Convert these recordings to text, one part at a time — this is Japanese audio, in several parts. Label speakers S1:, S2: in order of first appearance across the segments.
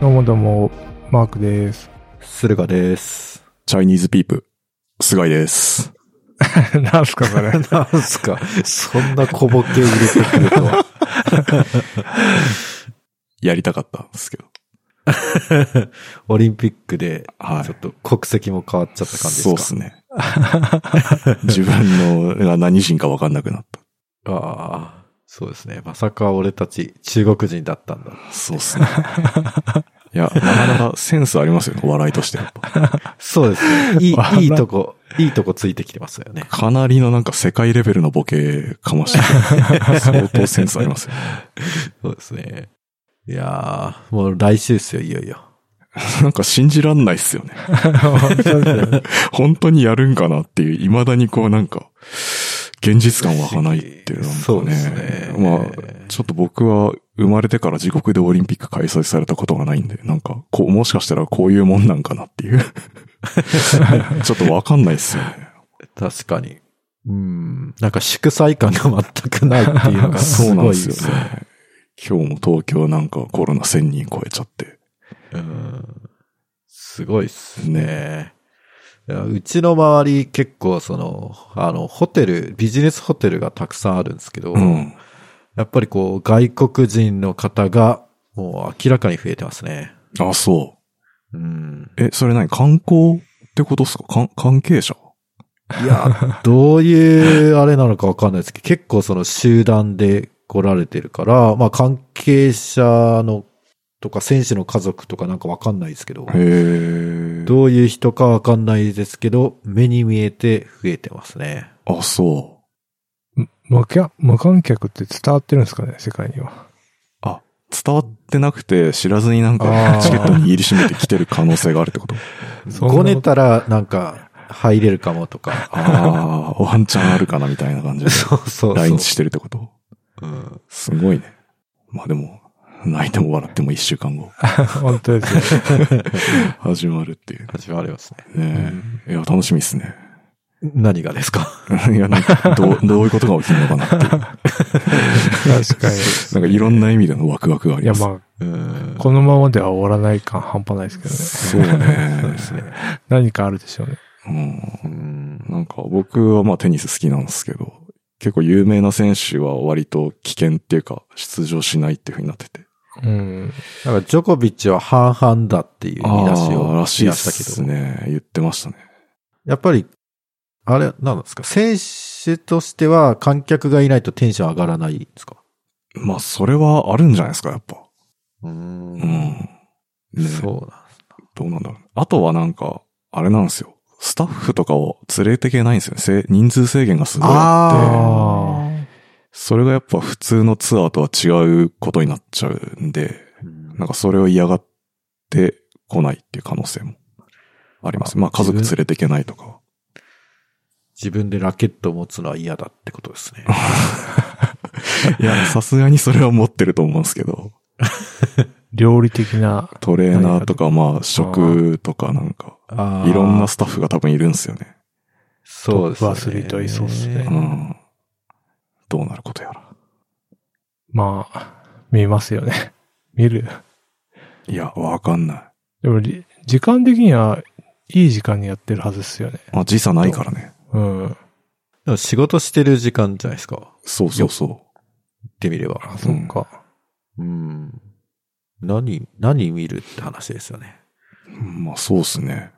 S1: どうもどうも、マークです。
S2: 駿河です。
S3: チャイニーズピープ、菅井です。
S1: なんすか、それ。
S2: なんすか、そんな小ボケ入れてくると は。
S3: やりたかったんですけど。
S2: オリンピックで、
S3: はい。
S2: ちょっと国籍も変わっちゃった感じですか
S3: そうですね。 自分のが何人か分かんなくなっ
S2: ああ、そうですね。まさか俺たち中国人だったんだ。
S3: た。そうですね。いや、なかなかセンスありますよね、お笑いとしてやっぱ。
S2: そうですね。い
S1: まあ
S2: い、いいとこ、いいとこついてきてますよね。
S3: かなりのなんか世界レベルのボケかもしれない。相当センスありますよ、
S2: そうですね。いやー、もう来週ですよ、いよいよ。
S3: なんか信じらんないっすよね。本当にやるんかなっていう、未だにこうなんか、現実感湧かないっていうの
S2: そう
S3: も
S2: で
S3: ね。
S2: すね。
S3: まあ、ちょっと僕は生まれてから自国でオリンピック開催されたことがないんで、なんか、こう、もしかしたらこういうもんなんかなって いう。ちょっとわかんないっすよね。
S2: 確かに。うん。なんか祝祭感が全くないって いうのがす
S3: そうなん
S2: ご
S3: で
S2: い
S3: すよね。今日も東京なんかコロナ1000人超えちゃって。
S2: うんすごいっすね。いやうちの周り結構その、あの、ホテル、ビジネスホテルがたくさんあるんですけど、
S3: うん。
S2: やっぱりこう、外国人の方がもう明らかに増えてますね。
S3: あ、そ
S2: うん。
S3: う。え、それ何観光ってことっすかかん関係者
S2: いや、どういうあれなのかわかんないですけど、結構その集団で来られてるから、まあ関係者のとか選手の家族とかなんかわかんないですけど、
S3: へえ。
S2: どういう人かわかんないですけど、目に見えて増えてますね。
S3: あ、そう。
S1: 無観無観客って伝わってるんですかね、世界には。
S3: 伝わってなくて知らずになん
S1: あ
S3: か
S1: ー
S3: チケット握りしめてきてる可能性があるってこと
S1: そんな
S2: ごねたら、なんか、入れるかもとか。
S3: ああ、ワンチャンあるかなみたいな感じ で
S2: そうそうそ
S3: 来
S2: う。
S3: 日してるってこと
S2: うん
S3: すごいね。まあでも、泣いても笑っても一週間 後
S1: 本当ですよ。
S3: 始まるっていう
S2: 始まりますね。
S3: ね。いや、楽しみですね。
S2: 何がですか
S3: いや、なんかどう、どういうことが起きるのかなっていう。
S1: 確か
S3: なんかいろんな意味でのワクワクがあ
S1: に。い
S3: り
S1: や、
S3: ます。
S1: ま
S2: う
S1: あ、
S2: ん。
S1: このままでは終わらない感半端ないですけどね。
S3: そうね。
S2: そうですね。
S1: 何かあるでしょうね。
S3: うん。
S2: うん。
S3: なんか僕はまあテニス好きなんですけど、結構有名な選手は割と危険っていうか出場しないっていう風になってて。
S1: うん。
S2: なんか、ジョコビッチは半々だっていう見出し
S3: あー
S2: を
S3: らしい
S2: 出
S3: っ
S2: した
S3: す
S2: けど、
S3: ね。言ってましたね。
S2: やっぱり、あれ、なんですか選手としては観客がいないとテンション上がらないんですか
S3: まあそれはあるんじゃないですか、やっぱ。
S2: う。
S3: うんん。ね、
S2: そうなんです
S3: どうなんだろう。あとはなんか、あれなんですよ。スタッフとかを連れていけないんですよねせ。人数制限がすごいあって、
S2: あー
S3: それがやっぱ普通のツアーとは違うことになっちゃうんで、
S2: うん
S3: なんかそれを嫌がって来ないっていう可能性もあります。まあ家族連れていけないとか。
S2: 自分でラケットを持つのは嫌だってことですね。
S3: いや、さすがにそれは持ってると思うんですけど、
S1: 料理的な。
S3: トレーナーとかまあ食とかなんか、
S2: あー
S3: いろんなスタッフが多分いるんですよね。
S2: そうです
S1: トッ
S2: ね。
S1: プアスリートはいそうっすね
S3: う。ん。どうなることやら。
S1: まあ、見えますよね。見る。
S3: いや、わかんない。
S1: でも、り時間的には、いい時間にやってるはずですよね。
S3: まあ時差ないからね。
S1: うん。
S2: でも仕事してる時間じゃないですか。言
S3: そうそうそ
S2: ってみれば。
S1: あ、そっか。
S2: うん。何、何見るって話ですよね。
S3: う。まあそうっすね。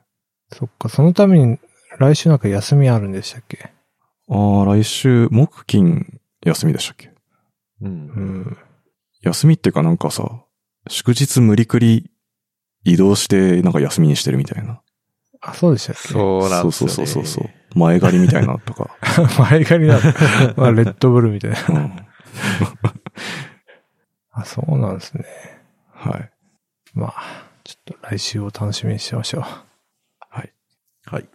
S1: そっか、そのために、来週なんか休みあるんでしたっけ
S3: ああ、来週、木金、休みでしたっけ
S2: う。
S1: うんん。
S3: 休みっていうかなんかさ、祝日無理くり移動してなんか休みにしてるみたいな。
S1: あ、そうでしたっけ
S2: そうなんですよ、ね。
S3: そうそうそうそう。前借りみたいなと か。
S1: 前借りなの。まあ、レッドブルみたいな。
S3: うん。
S1: あ、そうなんですね。
S3: はい。
S1: まあ、ちょっと来週を楽しみにしましょう。
S2: はい。
S1: はい。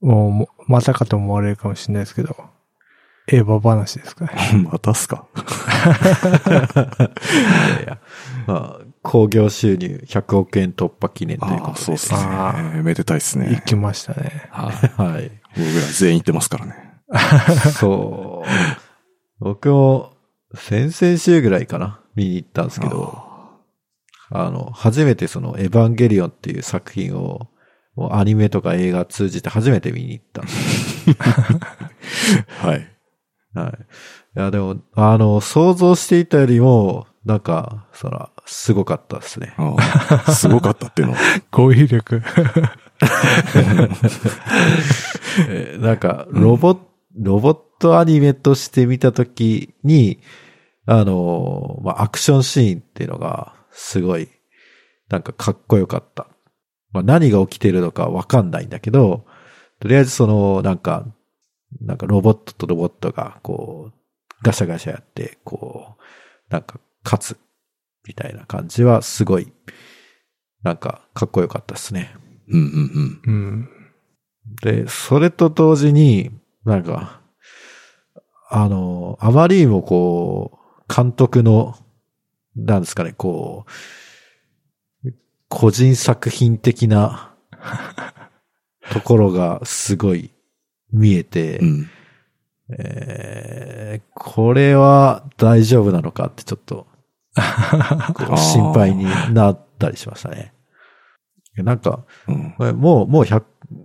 S1: もうも、またかと思われるかもしれないですけど、エヴァ話ですかね。
S3: またっすか
S2: いやいや。まあ、興行収入100億円突破記念というこ
S3: ああ、
S2: と
S3: そ
S2: で
S3: うっ
S2: す
S3: す
S2: ね。
S3: ね
S1: あ。
S3: めでたいっす
S1: 行
S3: ね。
S1: きましたね。
S3: はい。
S2: はい。
S3: 僕ら全員行ってますからね。
S2: そう。僕も、先々週ぐらいかな見に行ったんですけど、
S3: あ
S2: あの、初めてそのエヴァンゲリオンっていう作品を、もうアニメとか映画通じて初めて見に行ったんです
S3: はい。
S2: はい。いや、でも、あの、想像していたよりも、なんか、そら、すごかったですね。
S3: ああすごかったっていう のは。
S1: 語彙力。
S2: えーなんか、ロボ、ロボットアニメとして見たときに、あの、まあ、アクションシーンっていうのが、すごい、なんかかっこよかった。まあ、何が起きてるのかわかんないんだけど、とりあえずその、なんか、なんかロボットとロボットが、こう、ガシャガシャやって、こう、なんか、勝つ、みたいな感じは、すごい、なんか、かっこよかったですね。
S3: うんうんうん。
S1: うん。
S2: で、それと同時に、なんか、あの、あまりにもこう、監督の、なんですかね、こう、個人作品的なところがすごい見えて、
S3: うん。
S2: えーこれは大丈夫なのかってちょっ と、こう心配になったりしましたね。なんか、
S3: うん
S2: これもう、もう 100,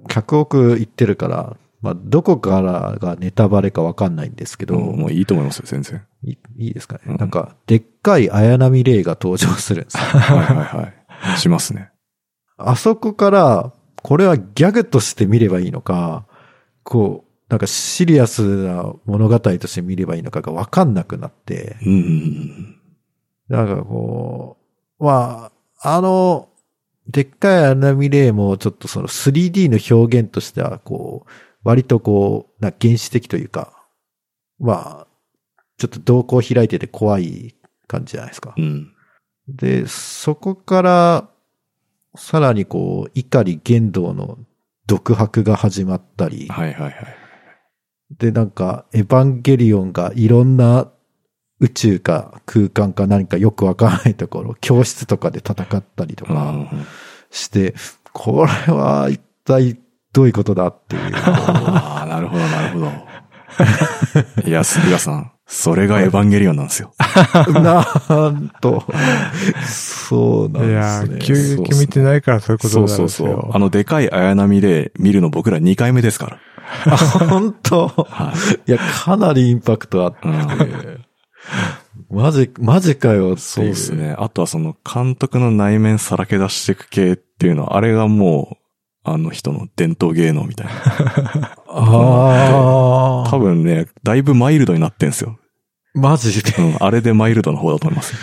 S2: 100億いってるから、まあ、どこからがネタバレかわかんないんですけど、
S3: もうもういいと思いますよ、全然。
S2: いいいですかね、
S3: うん
S2: なんか、でっかい綾波レイが登場するん ですよ
S3: はいはいはい。 しますね。
S2: あそこから、これはギャグとして見ればいいのか、こう、なんかシリアスな物語として見ればいいのかがわかんなくなって、
S3: うんうんうん
S2: なんかこう、まあ、あの、でっかいアナミレイもちょっとその 3D の表現としては、こう、割とこう、な原始的というか、まあ、ちょっと瞳孔開いてて怖い感じじゃないですか
S3: う。ん。
S2: で、そこから、さらにこう、碇玄道の独白が始まったり、
S3: はいはいはい。
S2: で、なんか、エヴァンゲリオンがいろんな宇宙か空間か何かよくわからないところ、教室とかで戦ったりと
S3: うん
S2: かして、これは一体どういうことだっていう。
S3: ああ、なるほどなるほど。いや、杉浦さん、それがエヴァンゲリオンなんですよ。
S2: なんと、そう
S1: い
S2: な
S1: や
S2: んで
S1: ー、
S2: す
S1: 急
S2: ね。
S1: 激見てないからそういうこと
S3: そ
S1: なん
S3: う
S1: です
S3: そ
S1: よ。
S3: うそう。あの、でかい綾波で見るの僕ら2回目ですから。
S2: あ 本当
S3: はい
S2: や、かなりインパクトあって、
S3: い。うん
S2: マジ、マジかよっていう。
S3: そうです。ね。あとはその監督の内面さらけ出していく系っていうのは、あれがもう、あの人の伝統芸能みたいな。
S2: ああ
S3: 多、分ね、だいぶマイルドになってんすよ。
S2: マジで。
S3: うん、あれでマイルドの方だと思います。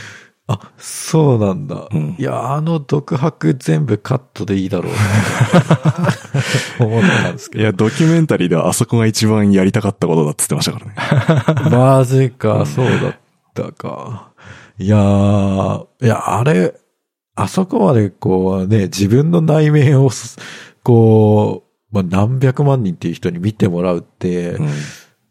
S2: あ、そうなんだ。
S3: うん
S2: いや、あの独白全部カットでいいだろうな。 思ってたんです
S3: い
S2: け
S3: や、ドキュメンタリーではあそこが一番やりたかったことだっつってましたから ね。
S2: ど。マジか、そうだったか。いやー、いや、あれ、あそこまでこうね、自分の内面をす、こう、まあ、何百万人っていう人に見てもらうって、
S3: うん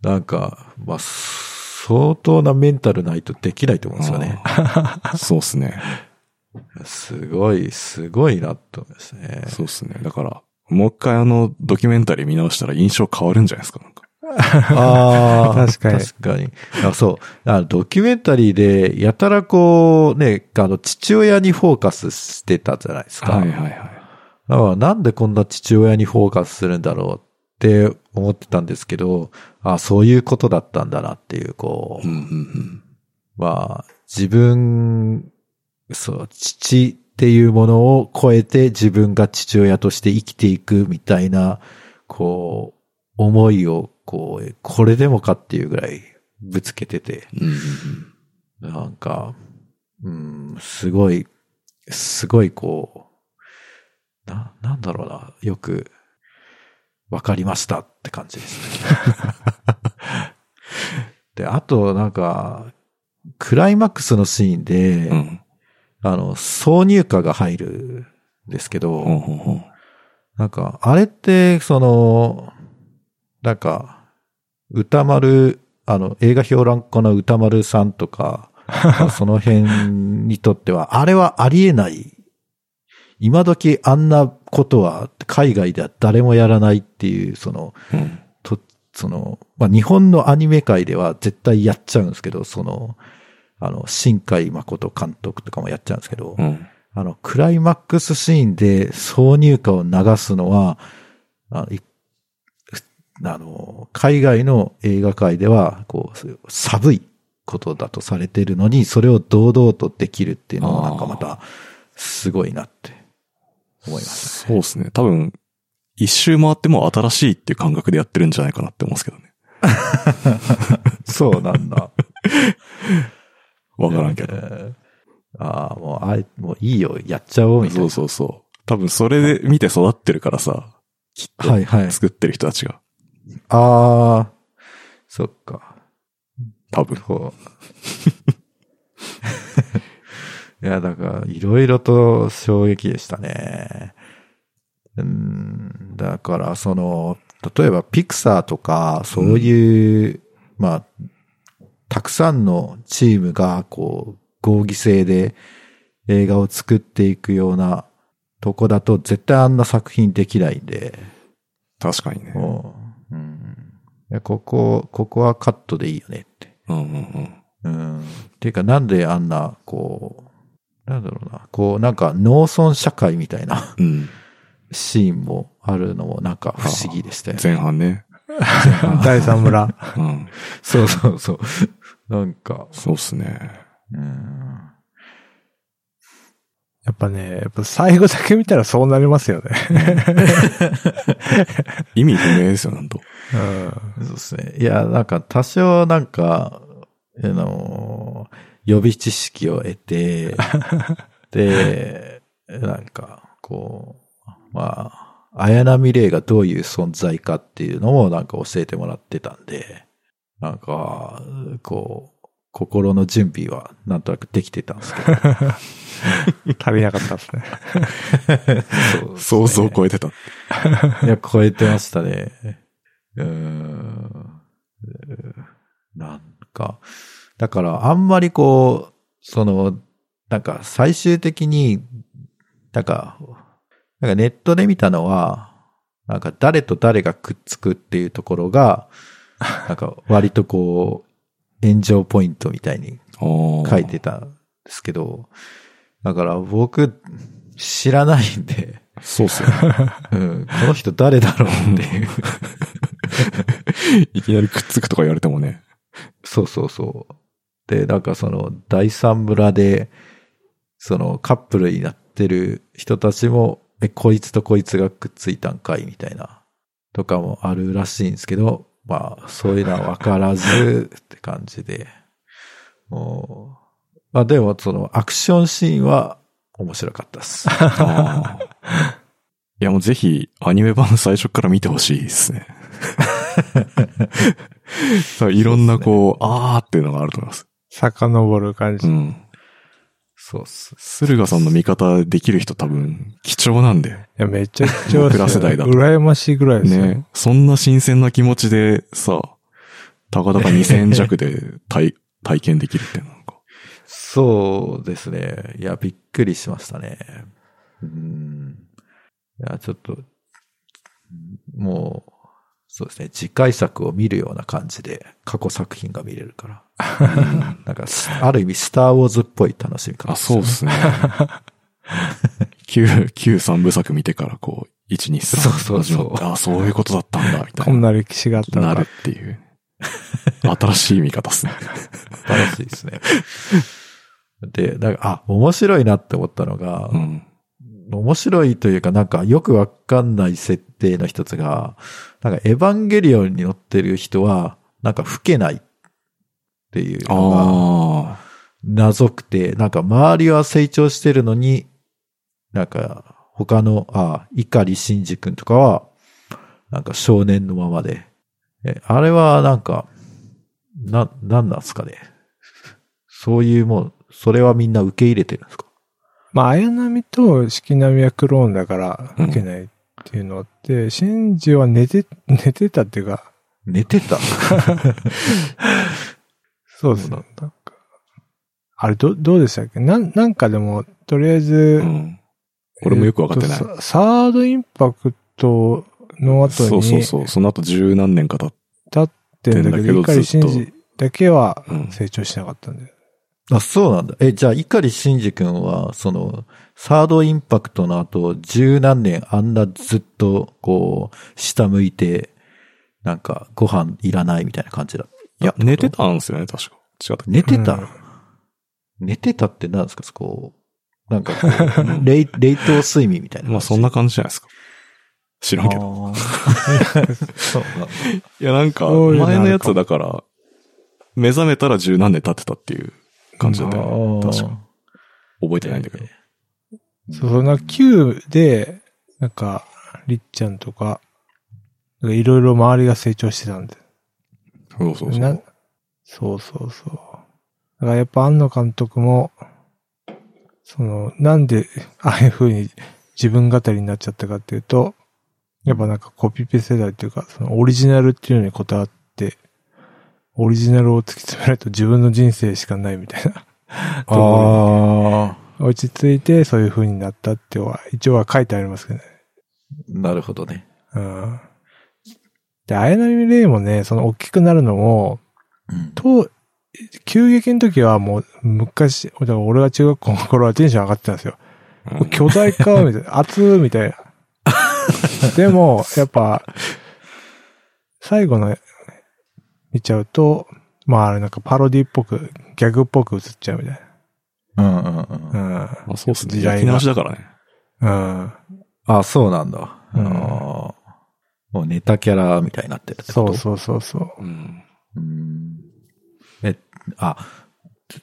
S2: なんか、まあ、相当なメンタルないとできないと思うんですよね。
S3: うんそうっすね。
S2: すごい、すごいなと思いますね。
S3: そうっすね。だから、もう一回あのドキュメンタリー見直したら印象変わるんじゃないですか。なんか
S2: ああ、
S1: 確かに
S2: 確かに。あそう。あのドキュメンタリーで、やたらこう、ね、あの、父親にフォーカスしてたじゃないですか。
S3: はいはいは
S2: だからなんでこんな父親にフォーカスするんだろうって思ってたんですけど、あそういうことだったんだなっていう、こ
S3: い。
S2: う、
S3: うんうん
S2: まあ、自分、そう、父っていうものを超えて自分が父親として生きていくみたいな、こう、思いを、こう、これでもかっていうぐらいぶつけてて、
S3: うん。うんうん
S2: なんか、うん、すごい、すごいこう、な、なんだろうな、よく、わかりましたって感じです ね。で、あと、なんか、クライマックスのシーンで、
S3: うんうん。
S2: あの、挿入歌が入るんですけど、
S3: ほんほんほん
S2: なんか、あれって、その、なんか、歌丸、あの、映画評論家の歌丸さんとか、まあその辺にとっては、あれはありえない。今時あんなことは海外では誰もやらないっていう、その、
S3: うん
S2: と、その、まあ、日本のアニメ界では絶対やっちゃうんですけど、その、あの、新海誠監督とかもやっちゃうんですけど、
S3: うん。
S2: あの、クライマックスシーンで挿入歌を流すのは、あいふあの、海外の映画界では、こう、寒いことだとされているのに、それを堂々とできるっていうのは、なんかまた、すごいなって思い ます。
S3: そうですね。多分、一周回っても新しいっていう感覚でやってるんじゃないかなって思うんですけどね。
S2: そうなん だ。
S3: わからんけど。
S2: ど。ああ、もう、あえもういいよ、やっちゃおうみたい
S3: そ
S2: な。
S3: うそうそう。多分それで見て育ってるからさ、きっと
S2: はいはい。
S3: 作ってる人たちが。
S2: ああ、そっか。
S3: 多分。
S2: こ う。いや、だから、いろいろと衝撃でしたね。うん、だから、その、例えば、ピクサーとか、そういう、まあ、たくさんのチームが、こう、合議制で映画を作っていくようなとこだと、絶対あんな作品できないんで。
S3: 確かにね。
S2: もう、うん。いや、ここ、ここはカットでいいよねって。
S3: うんうんうん。
S2: うん。っていうか、なんであんな、こう、なんだろうな、こう、なんか農村社会みたいな
S3: うん。
S2: シーンもあるのも、なんか不思議でしたよね。
S3: 前半ね。
S1: 第三村。
S3: うん。
S2: そうそうそう。なんか、
S3: そうっすね。
S2: うん。
S1: やっぱね、やっぱ最後だけ見たらそうなりますよね。
S3: 意味不明ですよ、なんと。
S1: うん。
S2: そうですね。いや、なんか多少なんか、あのー予備知識を得て、で、なんか、こう、まあ、綾波レイがどういう存在かっていうのもなんか教えてもらってたんで、なんか、こう、心の準備はなんとなくできてたんですけど。
S1: 足りなかったですね。
S2: そう
S3: 想
S2: です
S3: 像
S2: ね
S3: を超えてた。
S2: いや、超えてましたね。 うーん。なんか、だからあんまりこう、その、なんか最終的に、なんか、なんかネットで見たのは、なんか誰と誰がくっつくっていうところが、なんか割とこう、炎上ポイントみたいに書
S3: 書
S2: いてたんですけど、だから僕、知らないんで、
S3: そうっすよね。
S2: うん、この人誰だろうっていう。
S3: いきなりくっつくとか言われてもね。
S2: そうそうそう。で、なんかその、第三村で、その、カップルになってる人たちも、え、こいつとこいつがくっついたんかいみたいな、とかもあるらしいんですけど、まあ、そういうのはわからず、って感じで。 もう、まあでも、その、アクションシーンは面白かったっす。
S3: あーいや、もうぜひ、アニメ版最初から見てほしいですね。そういろんなこう、あーっていうのがあると思います。
S1: 遡る感
S3: う
S1: じ。
S3: ん。
S2: そうっす。
S3: 駿河さんの味方できる人多分、貴重なんで。
S1: いや、めちゃくちゃ、
S3: 僕ら世代だと
S1: 羨ましいぐらいですよ。
S3: ね。そんな新鮮な気持ちでさ、たかだか2000円弱で体、 体験できるってなんか。
S2: そうですね。いや、びっくりしましたね。うん。いや、ちょっと、もう、そうですね。次回作を見るような感じで、過去作品が見れるから。 なんか、すある意味、スター・ウォーズっぽい楽しみ方
S3: あ、そうですね。旧、旧三部作見てからこう、1、2、3。
S2: そうそうそう
S3: 始まってあ、そういうことだったんだ、みた
S1: こ
S3: い
S1: ん
S3: な。
S1: な歴史があったの
S3: な
S1: か
S3: る。って いう。新しい見方っすね。
S2: 楽しいですね。で、なんか、あ、面白いなって思ったのが、
S3: うん。
S2: 面白いというか、なんかよくわかんない設定の一つが、なんかエヴァンゲリオンに乗ってる人は、なんか老けないっていうのが
S3: あ
S2: 謎くて、なんか周りは成長してるのに、なんか他の、あ、碇シンジ君とかは、なんか少年のままで。え、あれはなんか、な、なんなんですかね。そういうもう、それはみんな受け入れてるんですか
S1: まあ、綾波と四季波はクローンだから、
S3: うん
S1: 受けないっていうのあって、シンジは寝て、 寝てたっていうか、
S2: 寝てた
S1: そうです
S2: そ
S1: ね
S2: う。
S1: なんかあれ、ど、どうでしたっけなん、なんかでも、とりあえ
S3: あ。
S1: ず
S3: う、ん。俺もよくわかってない
S1: えとさサードインパクトの後
S3: そうそう
S1: に、
S3: そう。その後十何年か経っ
S1: 立ってんだけど、
S3: 立ってんだけど
S1: 碇シンジだけは
S3: うん
S1: 成長しなかったんで。
S2: あ、そうなんだ。え、じゃあ、碇慎二君は、その、サードインパクトの後、十何年あんなずっと、こう、下向いて、なんか、ご飯いらないみたいな感じだ。
S3: いや、寝てたんですよね、確か。違ったっけ
S2: 寝てた、
S1: うん
S2: 寝てたって何ですかそこ。なんかこう、 冷冷凍睡眠みたいな感じ。
S3: まあそんな感じじゃないですか。知らんけど。
S2: あーそうなんだ。
S3: いや、なんか、
S1: そういうの
S3: 前のやつはだから、目覚めたら十何年経ってたっていう感じだったよね。
S2: あー
S3: 確か。覚えてないんだけど。
S1: そうそう、なんか Q で、なんか、りっちゃんとか、なんかいろいろ周りが成長してたんで。
S3: そうそうそ
S1: な
S3: う。
S1: そうそうそう。だからやっぱ庵野監督も、その、なんで、ああいう風に自分語りになっちゃったかっていうと、やっぱなんかコピペ世代っていうか、そのオリジナルっていうのにこだわって、オリジナルを突き詰めると自分の人生しかないみたいな。とこ
S2: ああ。
S1: ろに落ち着いてそういう風になったっては、一応は書いてありますけどね。
S2: なるほどね。
S1: うん。で、綾波レイもね、その大きくなるのも、
S2: うん
S1: と、急激の時はもう昔、だから俺が中学校の頃はテンション上がってたんですよ。
S3: うん
S1: 巨大化みたいな、熱ーみ たいな。でも、やっぱ、最後の見ちゃうと、まああれなんかパロディっぽく、ギャグっぽく映っちゃうみたい
S2: うんうんうん。
S1: な。
S3: まあそうっすね。
S1: 時代が
S3: 焼き直しだからね。
S1: うん。うん。
S2: あ、そうなんだ。
S1: うん
S2: あーもうネタキャラみたいになってるって
S1: そう
S2: う。
S1: そうそうそう。
S3: うん。
S2: うんえ、あ、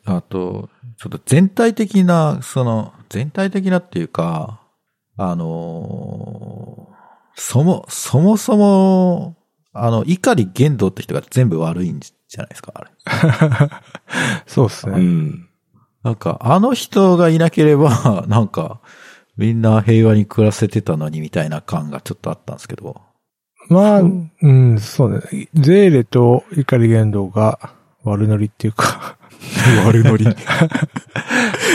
S2: あと、ちょっと全体的な、その、全体的なっていうか、あのーそも、そもそも、あの、碇玄道って人が全部悪いんじゃないですか、あれ。
S1: そうっす
S3: う
S1: ね。
S3: ん。
S2: なんか、あの人がいなければ、なんか、みんな平和に暮らせてたのにみたいな感がちょっとあったんですけど。
S1: まあ、うん、そうね。ゼーレと碇玄道が悪ノリっていう か、
S3: 悪ノリ。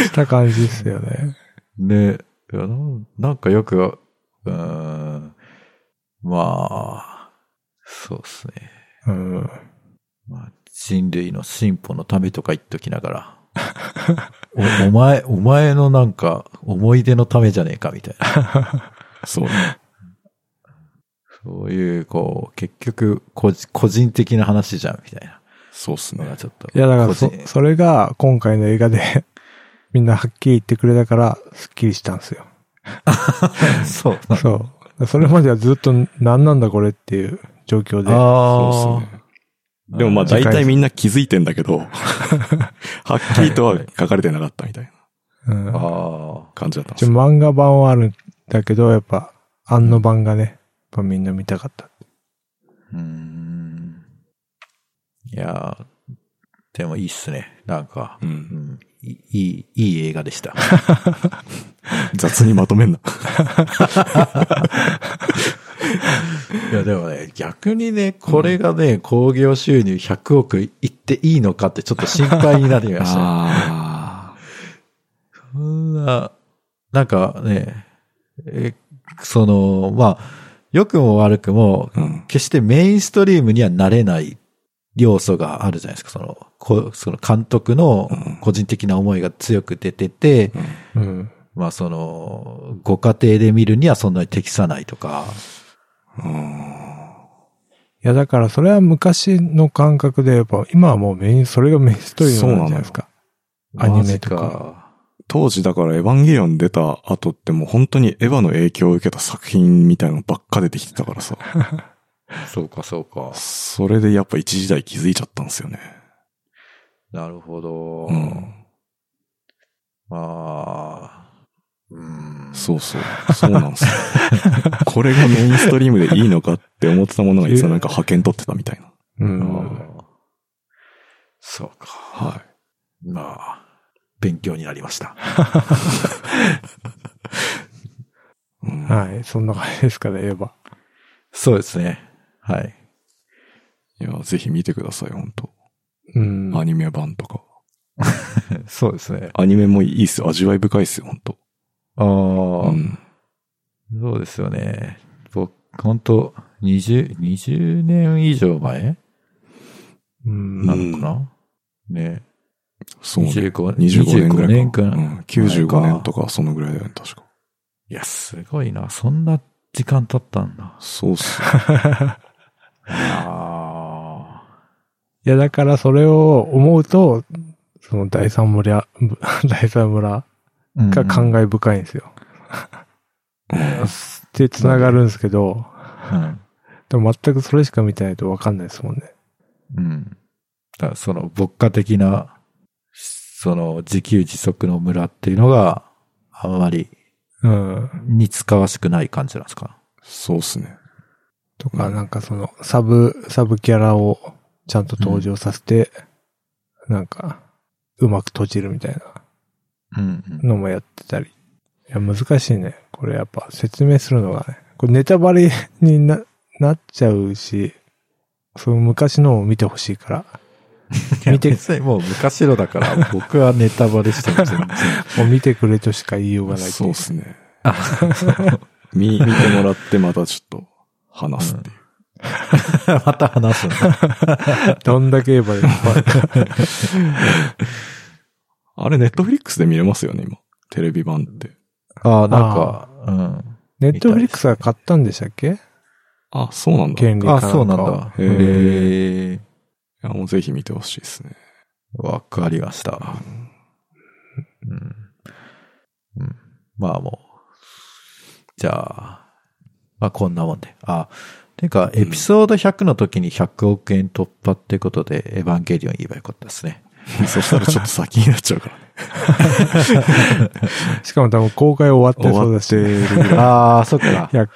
S1: した感じですよね。
S2: ね、いやなんなんかよく、うーん、まあ、そうですね。
S1: うん。
S2: まあ、人類の進歩のためとか言っときながら、おお前、お前のなんか思い出のためじゃねえかみたいな。
S3: そうね。
S2: そういう、こう、結局個人、個人的な話じゃんみたいな
S3: そうっす
S2: のが
S3: ね。
S2: ちょっと。
S1: いや、だからそ
S2: 個、人
S1: それが今回の映画で、みんなはっきり言ってくれたから、すっきりしたんですよ。
S2: そうなんだ
S1: そう。それまではずっと、何なんだこれっていう状況で。
S3: そうっすね。でもまあ
S1: 次回
S3: 大体みんな気づいてんだ けど、はっきりとは書かれてなかったみたいな
S1: うん。
S2: あ
S3: 感じだったんで
S1: 一応
S3: すよ
S1: 漫画版はあるんだけど、やっぱ、案の版がね、やっぱみんな見たかった。
S2: あ、うーん。いやー、でもいいっすね。なんか
S3: う、。
S2: うんん、いいい、い い映画でした。
S3: 雑にまとめんな。
S2: いや、でもね、逆にね、これがね、興行収入100億いっていいのかってちょっと心配になりましたよ。
S3: あ
S2: そんな、なんかね、えその、まあ、良くも悪くも、
S3: あ。うん。
S2: 決してメインストリームにはなれない要素があるじゃないですか。その、こその監督の
S3: うん
S2: 個人的な思いが強く出てて、
S1: うん。
S2: まあその、ご家庭で見るにはそんなに適さないとか。
S3: うん
S1: いや、だからそれは昔の感覚で、やっぱ今はもうメイン、それがメインストーリーなんじゃないですか。アニメとか
S2: マジか。
S3: 当時だからエヴァンゲリオン出た後ってもう本当にエヴァの影響を受けた作品みたいのばっか出てきてたからさ。
S2: そうか、そうか。
S3: それでやっぱ一時代気づいちゃったんですよね。
S2: なるほど。
S3: うん。
S2: まあ、うん。
S3: そうそう。そうなんですよ。 これがメインストリームでいいのかって思ってたものがいつの間にか派遣取ってたみたいな。
S1: う
S2: うん
S1: ん。
S2: そうか。
S3: は
S2: まあ、勉強になりました。
S3: い。うん
S1: はい、そんな感じですかね、言えば。
S2: そうですね。はい。
S3: いや、ぜひ見てください、本当
S1: うん。
S3: アニメ版とか。
S2: そうですね。
S3: アニメもいいっすよ。味わい深いっすよ、本当
S2: ああ、
S3: うん。
S2: そうですよね。僕、本当20、20年以上前
S1: うん
S2: なのかな、ね。
S3: そうね。
S2: 25
S3: 25年ぐらいか。
S2: 年間
S3: うん、95年とか、そのぐらいだよね、確か。
S2: いや、すごいな。そんな時間経ったんだ。
S3: そうっすね。
S2: あ
S1: いや、だからそれを思うと、その第三村、 第三村
S2: あ。
S1: が感慨深いんですよ。 で、繋がるんですけど、
S2: うん。
S1: でも全くそれしか見てないとわかんないですもんね。
S2: うん。だからその、牧歌的な、その、自給自足の村っていうのがあんまり
S1: うん。
S2: 似つかわしくない感じなんですか
S3: そうっすね。
S1: とか、なんかその、サブ、サブキャラをちゃんと登場させて、なんか、うまく閉じるみたいな
S2: うん、
S1: のもやってたり。いや、難しいね。これやっぱ説明するのがね。これネタバレにな、なっちゃうし、その昔のを見てほしいから。見て
S2: 別にもう昔のだから、僕はネタバレしても全然。
S1: もう見てくれとしか言いようがないって
S3: そ
S1: いう
S3: っすね。 見、見てもらってまたちょっと話すっていう。
S2: また話すんだ。
S1: どんだけ言えばいいの か。
S3: あれ、ネットフリックスで見れますよね、今。テレビ版って。
S2: ああ、なんか、うん。
S1: ネットフリックスは買ったんでしたっけ
S3: あ、そうなんだ。い
S1: 権利かな
S2: あ、
S1: んかを
S2: そうなんだ。
S3: へ
S2: へえ。
S3: や、もうぜひ見てほしいですね。
S2: わかりました。うん。うん。まあもう。じゃあ、まあこんなもんで。あ、てか、エピソード100の時に100億円突破ってことで、エヴァンゲリオン言えばよかったですね。
S3: そしたらちょっと先になっちゃうからね。
S1: しかも多分公開終わってそうだし。
S2: ああ、そっか
S1: い。や、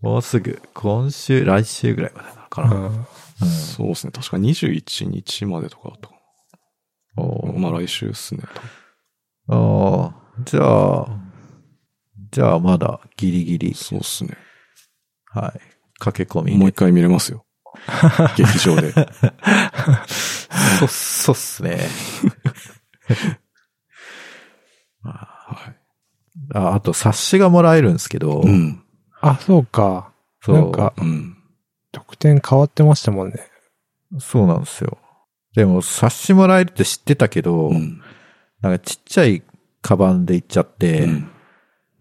S2: もうすぐ、今週、来週ぐらいまでだか
S1: う
S2: ら。
S1: ん。
S2: う
S3: そうですね。確か21日までとかだったか
S2: ん。お
S3: な
S2: ー
S3: まあ来週っすね。多分
S2: ああ、じゃあ、じゃあまだギリギリ、
S3: そうっすね。
S2: はい。駆け込み。
S3: もう一回見れますよ。劇場で。
S2: そう、そうっすね。
S3: はい。
S2: ああと、冊子がもらえるんですけど、
S3: うん。
S1: あ、そうか。
S2: そう
S1: なんか、
S3: うん。
S1: 特典変わってましたもんね。
S2: そうなんですよ。でも、冊子もらえるって知ってたけど、
S3: うん。
S2: なんかちっちゃいカバンで行っちゃって、
S3: うん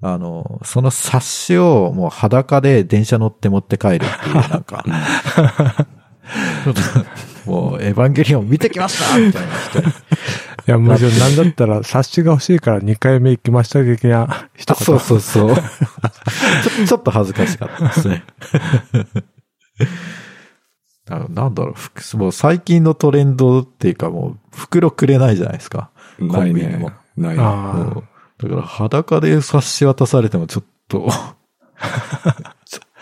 S2: あの、その冊子をもう裸で電車乗って持って帰るっていう、なんか、 もう、エヴァンゲリオン見てきましたみたいな人に
S1: いや、むしろなんだったら、冊子が欲しいから2回目行きました的な一
S2: あ
S1: 言。
S2: そうそう そうちょ。ちょっと恥ずかしかったですね。あの なんだろう、服、もう最近のトレンドっていうかもう袋くれないじゃないですか。
S3: ない
S2: コンビニ
S3: ね
S2: も。
S3: ないね。
S1: あ
S2: もうだから裸で差し渡されてもちょっと、 ちょっ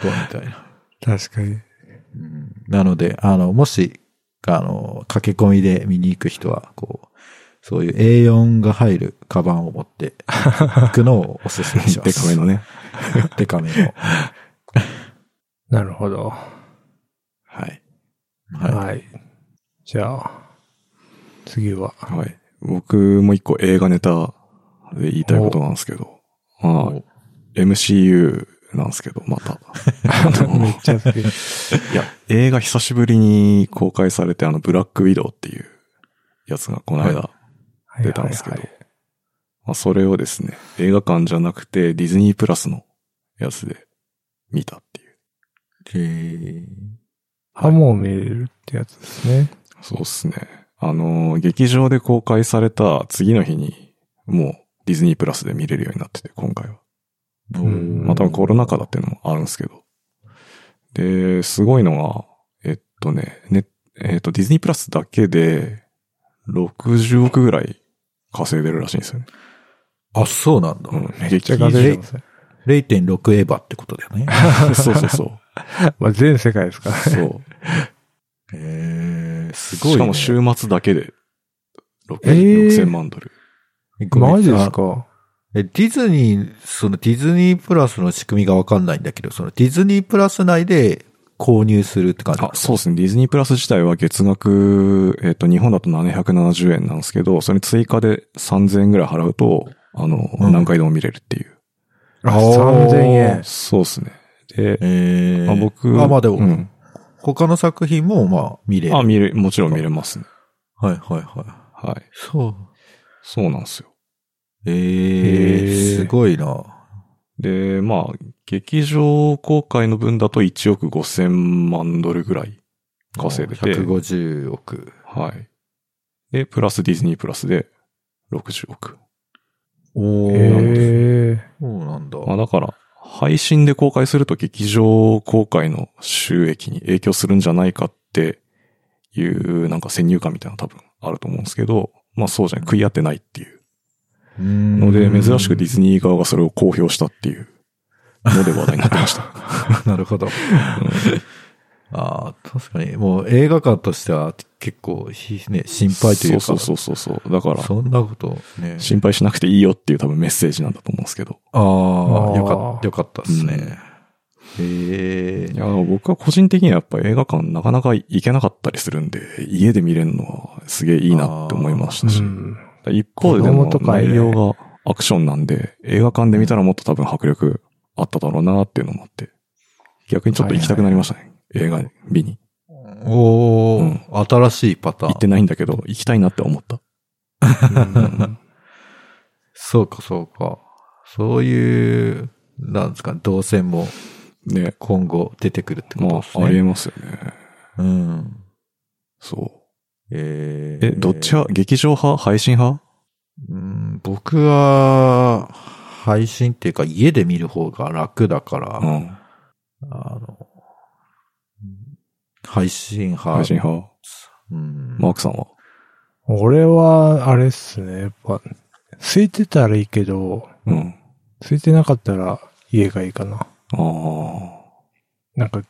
S2: とみたいな。
S1: あ、確かに。
S2: うんなので、あの、もし、あの、駆け込みで見に行く人は、こう、そういう A4 が入るカバンを持って行くのをおすすめしま。
S3: です かめのね。
S2: デカめの。
S1: なるほど。
S3: はい。
S2: はい。
S1: はい。じゃあ、次は。
S3: はい。僕も一個映画ネタで言いたいことなんですけど。まあ、MCU なんですけど、また。あ の
S1: めっちゃ 好き。
S3: いや、映画久しぶりに公開されて、あの、ブラックウィドウっていうやつがこの間、出たんですけど
S1: はいはいはい
S3: まあ、それをですね、映画館じゃなくてディズニープラスのやつで見たっていう。
S2: へー
S1: あ、もう見れるってやつですね。
S3: そうっすね。あのー、劇場で公開された次の日に、もうディズニープラスで見れるようになってて、今回は。
S1: ん
S3: まあ、多分コロナ禍だっていうのもあるんですけど。で、すごいのが、えっとね、ね、えっと、ディズニープラスだけで、60億ぐらい稼いでるらしいんですよね。
S2: あ、そうなんだ。
S3: うん。
S1: めっちゃ稼いでますね。
S2: 0.6エヴァってことだよね。
S3: そうそうそう。
S1: まあ、全世界ですから。
S3: そう。
S2: へえ、す
S3: しか
S2: ね
S3: も週末だけで、6
S1: えー
S3: 6000万ドル。
S2: ごめん
S1: マジですか
S2: あえディズニー、そのディズニープラスの仕組みがわかんないんだけど、そのディズニープラス内で購入するって感じ
S3: あ、そうですね。ディズニープラス自体は月額、えっ、と、日本だと770円なんですけど、それに追加で3000円ぐらい払うと、あの、
S2: うん
S3: 何回でも見れるっていう。
S1: あ、
S2: おー
S1: 3000円。
S3: そうですね。で、
S2: え
S3: まあ、僕、
S2: あ、まあでも、
S3: うん
S2: 他の作品もまあ見れる。
S3: あ、
S2: はい
S3: 見れ、もちろん見れますね。
S2: はいはい。
S3: はい。
S2: そう。
S3: そうなんですよ。
S2: ええすごいな。
S3: で、まあ、劇場公開の分だと1億5000万ドルぐらい稼いでて。
S2: 150億。
S3: はい。で、プラスディズニープラスで60億。
S2: お
S1: えー、
S2: そうなんだ。
S3: まあだから、配信で公開すると劇場公開の収益に影響するんじゃないかっていうなんか先入観みたいなの多分あると思うんですけど、まあそうじゃない、食い合ってないっていう。
S2: の
S3: ので、珍しくディズニー側がそれを公表したっていうので話題に なってました。
S2: なるほど。ああ、確かに、もう映画館としては結構ひ、ね、 心配というか、
S3: そうそうそうそうそう。だから、
S2: そんなこと、ね。
S3: 心配しなくていいよっていう多分メッセージなんだと思うんですけど。
S2: あ
S1: あ
S2: あ、
S1: ー
S2: よかった、よかったですね。へえ
S3: いや、僕は個人的にはやっぱ映画館なかなか行けなかったりするんで、家で見れるのはすげえいいなって思いまし
S1: う
S3: たし。
S1: ん。
S3: 一方ででも
S1: 子供とかね
S3: 内容がアクションなんで、映画館で見たらもっと多分迫力あっただろうなっていうのもあって、逆にちょっと行きたくなりましたね。映画見に。
S2: おお、
S3: うん
S2: 新しいパター
S3: 行
S2: ン。
S3: ってないんだけど、行きたいなって思った。
S1: うん
S2: そうか、そうか。そういう、なんですか、動線も
S3: ね。
S2: 今後出てくるってこ
S3: ま
S2: と
S3: あ
S2: で、す
S3: あり
S2: ね。
S3: えますよね。
S2: うん。
S3: そう。
S2: え
S3: え、どっち派劇場派配信派
S2: うん僕は、配信っていうか家で見る方が楽だから、
S3: うん。
S2: あの、配信派。
S3: 配信派
S2: うん。
S3: マークさんは
S1: 俺は、あれっすね。やっぱ、空いてたらいいけど、
S3: うん。
S1: 空いてなかったら家がいいかな。
S3: ああ。
S1: なんか、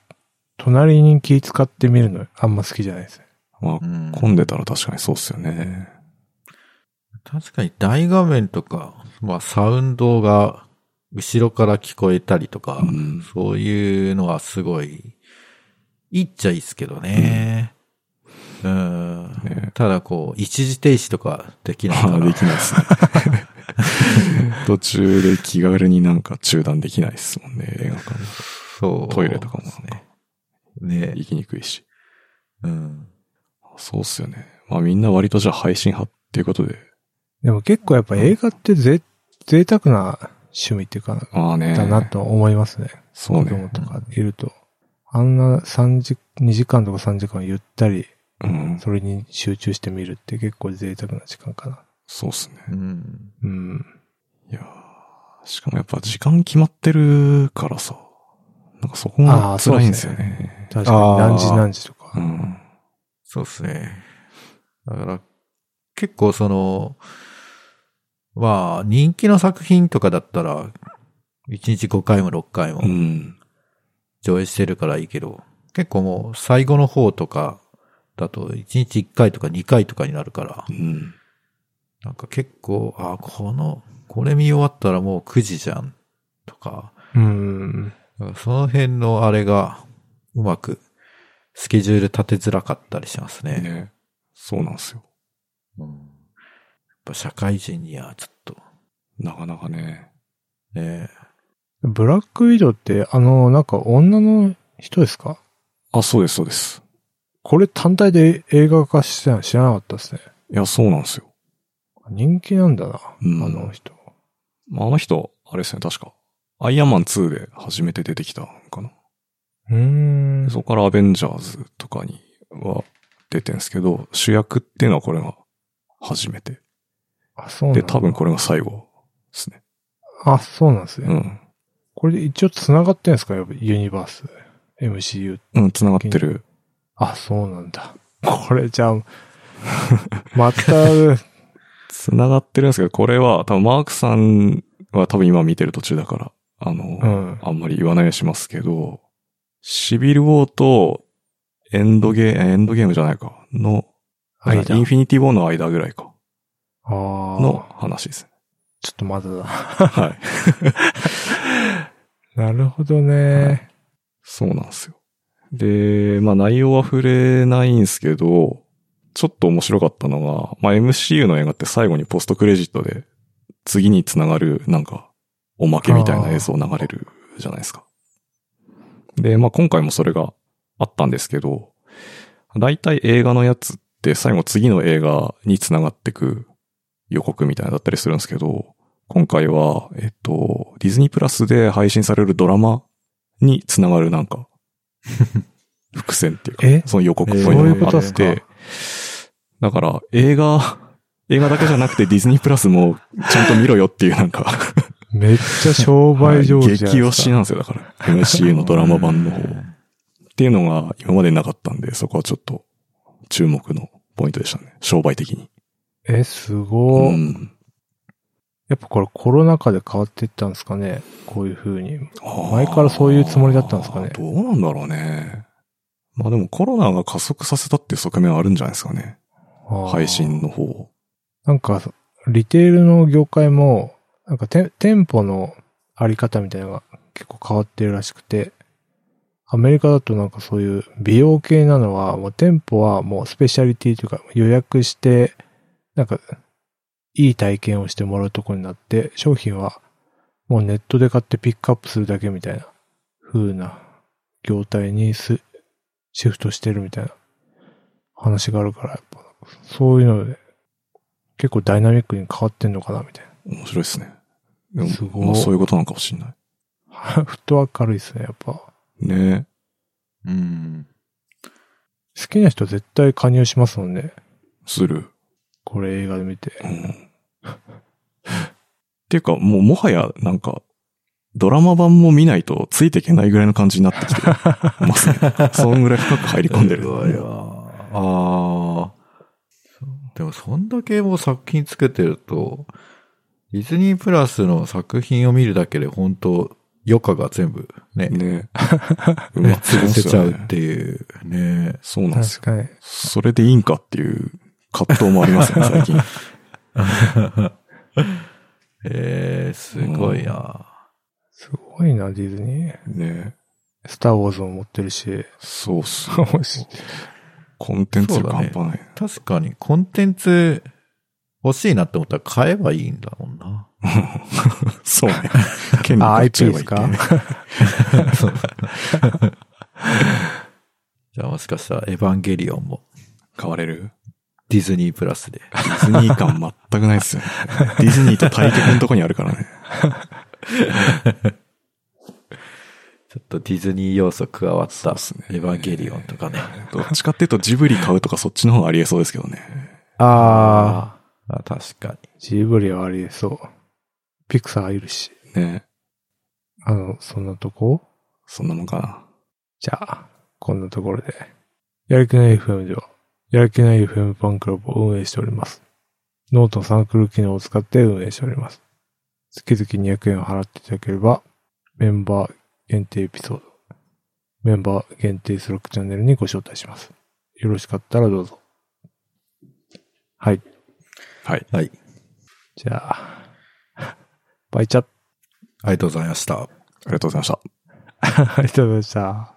S1: 隣に気使って見るのあんま好きじゃないですね。
S3: ま
S2: う
S3: あ、
S2: ん
S3: 混んでたら確かにそうっすよね。
S2: 確かに大画面とか、まあサウンドが後ろから聞こえたりとか、
S3: うん
S2: そういうのはすごい、いいっちゃいいっすけどね。うん。
S3: ね
S2: ただこう、一時停止とかできないか
S3: ま あ、
S2: ら。
S3: できないっすね。途中で気軽になんか中断できないっすもんね、映画館の。
S2: そう。
S3: トイレとかもなんか
S2: ね。ね。
S3: 行きにくいし。
S2: うん。
S3: そうっすよね。まあみんな割とじゃあ配信派っていうことで。
S1: でも結構やっぱ映画ってぜ、贅沢な趣味っていうか、
S3: ああね。
S1: だなと思いますね。
S3: そう
S1: 子供。
S3: ね
S1: とかいると。あんな3時、2時間とか3時間ゆったり、
S3: うん。
S1: それに集中して見るって結構贅沢な時間かな。
S3: そうっすね。
S2: うん。
S1: うん。
S3: いやーしかもやっぱ時間決まってるからさ。なんかそこ
S1: あ
S3: が
S1: ーそう
S3: 辛
S1: っすね
S3: いんですよね。
S1: 確かに何時何時と
S3: う
S1: か。
S3: ん。
S2: そうですね。だから、結構その、まあ、人気の作品とかだったら、1日5回も6回
S3: う
S2: も
S3: ん。
S2: 上映してるからいいけど、結構もう最後の方とかだと、1日1回とか2回とかになるから
S3: う、ん。
S2: なんか結構、あ、この、これ見終わったらもう9時じゃん、とか、
S1: うん。
S2: だからその辺のあれが、うまく、スケジュール立てづらかったりしますね。
S3: ね。そうなんですよ。
S2: うん、やっぱ社会人にはちょっと、
S3: なかなかね。
S2: ね
S1: ブラックウィドウって、あの、なんか女の人ですか
S3: あ、そうです、そうです。
S1: これ単体で映画化してない知らなかったですね。
S3: いや、そうなんですよ。
S1: 人気なんだな、
S3: うん
S1: あの人。
S3: まあ、あの人、あれですね、確か。アイアンマン2で初めて出てきたんかな。
S1: うーん
S3: で。そこからアベンジャーズとかには出てんすけど、主役っていうのはこれが初めて。
S1: あ、そうなん
S3: で、
S1: だ
S3: 多分これが最後ですね。
S1: あ、そうなんですね。
S3: うん。
S1: これで一応繋がってんですかやっぱユニバース。MCU。
S3: うん、繋がってる。
S1: あ、そうなんだ。これ じゃあ、また、
S3: 繋がってるんですけど、これは多分マークさんは多分今見てる途中だから、あの、
S1: うん。
S3: あんまり言わないようにしますけど、シビルウォーとエンドゲー、エンドゲームじゃないか、の、イン
S1: 間。
S3: フィニティウォーの間ぐらいか、
S1: ああ。
S3: の話ですね。
S1: ちょっとまだだ。
S3: はい。
S1: なるほど
S3: は
S1: ね。
S3: そうなんですよ。で、まあ内容は触れないんですけど、ちょっと面白かったのが、まあ MCU の映画って最後にポストクレジットで、次につながる、なんか、おまけみたいな映像流れるじゃないですか。で、まあ今回もそれがあったんですけど、大体映画のやつって、って最後次の映画に繋がってく予告みたいなのだったりするんですけど、今回は、えっと、ディズニープラスで配信されるドラマに繋がるなん か、伏線っていうか、
S1: え
S3: その予告っぽいのがあっ
S1: そういう
S3: て、だから映画、映画だけじゃなくてディズニープラスもちゃんと見ろよっていうなんか、
S1: めっちゃ商売上手じゃない
S3: 激推
S1: です
S3: し
S1: か。
S3: なんですよ、だから。MCU のドラマ版の方。っていうのが今までなかったんで、そこはちょっと注目のポイントでしたね。商売的に。
S1: え、す
S3: う
S1: ごい、
S3: ん。
S1: やっぱこれコロナ禍で変わっていったんですかねこういう風に。
S3: あー
S1: 前からそういうつもりだったんですかね
S3: どうなんだろうね。まあでもコロナが加速させたっていう側面はあるんじゃないですかね。
S1: あー
S3: 配信の方。
S1: なんか、リテールの業界も、なんかて店舗のあり方みたいなのが結構変わってるらしくて、アメリカだとなんかそういう美容系なのは、もう店舗はもうスペシャリティというか予約して、なんか、いい体験をしてもらうとこになって、商品はもうネットで買ってピックアップするだけみたいな風な業態にすシフトしてるみたいな話があるから、やっぱそういうので結構ダイナミックに変わってんのかなみたい
S3: 面白いですね。でも
S1: すごい
S3: まあそういうことなんかもしんない。
S1: な。 フットワーク軽いですね、やっぱ。好
S3: ね
S2: うん。
S1: きな人絶対加入しますもんね。
S3: する。
S1: これ映画で見て。
S3: うん。 っていうか、もうもはやなんか、ドラマ版も見ないとついていけないぐらいの感じになってきて ますね。そんぐらい深く入り込んでる。
S2: すごいわああ。でも、そんだけもう作品つけてると、ディズニープラスの作品を見るだけで、本当余暇が全部ね、
S3: ね埋まってま
S2: 潰
S3: す
S2: せ
S3: よね
S2: ちゃうっていうね。
S3: そうなんです
S1: 確
S3: よ。
S1: かに。
S3: それでいいんかっていう葛藤もありま すね、最近。
S2: えー、すごいな。
S1: すごいな、ディズニー。
S3: ね
S1: スター・ウォーズも持ってるし。
S3: そうっす。
S1: 面白い
S3: コンテンツ
S2: そう
S3: が
S2: だ
S3: 半
S2: ね
S3: 端ない。
S2: 確かに、コンテンツ欲しいなって思ったら買えばいいんだもんな。
S3: そうね。権利
S1: あ、
S3: 買っち
S1: IP
S3: ゃえ
S1: で
S3: ば
S1: す
S3: いいっていう
S1: か
S3: ね
S2: じゃあもしかしたら、エヴァンゲリオンも、
S3: 買われる
S2: ディズニープラスで。
S3: ディズニー感全くないっすよね。ディズニーと対局のとこにあるから ね。
S2: ちょっとディズニー要素加わった、エ
S3: っすね
S2: ヴァンゲリオンとかね。
S3: どっちかっていうとジブリ買うとかそっちの方がありえそうですけどね。
S1: あ
S2: あ、確かに。
S1: ジブリはありえそう。ピクサーいるし。
S3: ね
S1: あの、そんなとこ
S3: そんなもんかな。
S1: じゃあ、こんなところで。やる気ない FM では、やる気ない FM ファンクラブを運営しております。ノートのサークル機能を使って運営しております。月々200円を払っていただければ、メンバー限定エピソード、メンバー限定スロックチャンネルにご招待します。よろしかったらどうぞ。はい。
S3: はい。
S2: はい。
S1: じゃあ、 バイチャッ
S2: ありがとうございました。
S3: ありがとうございました。
S1: ありがとうございました。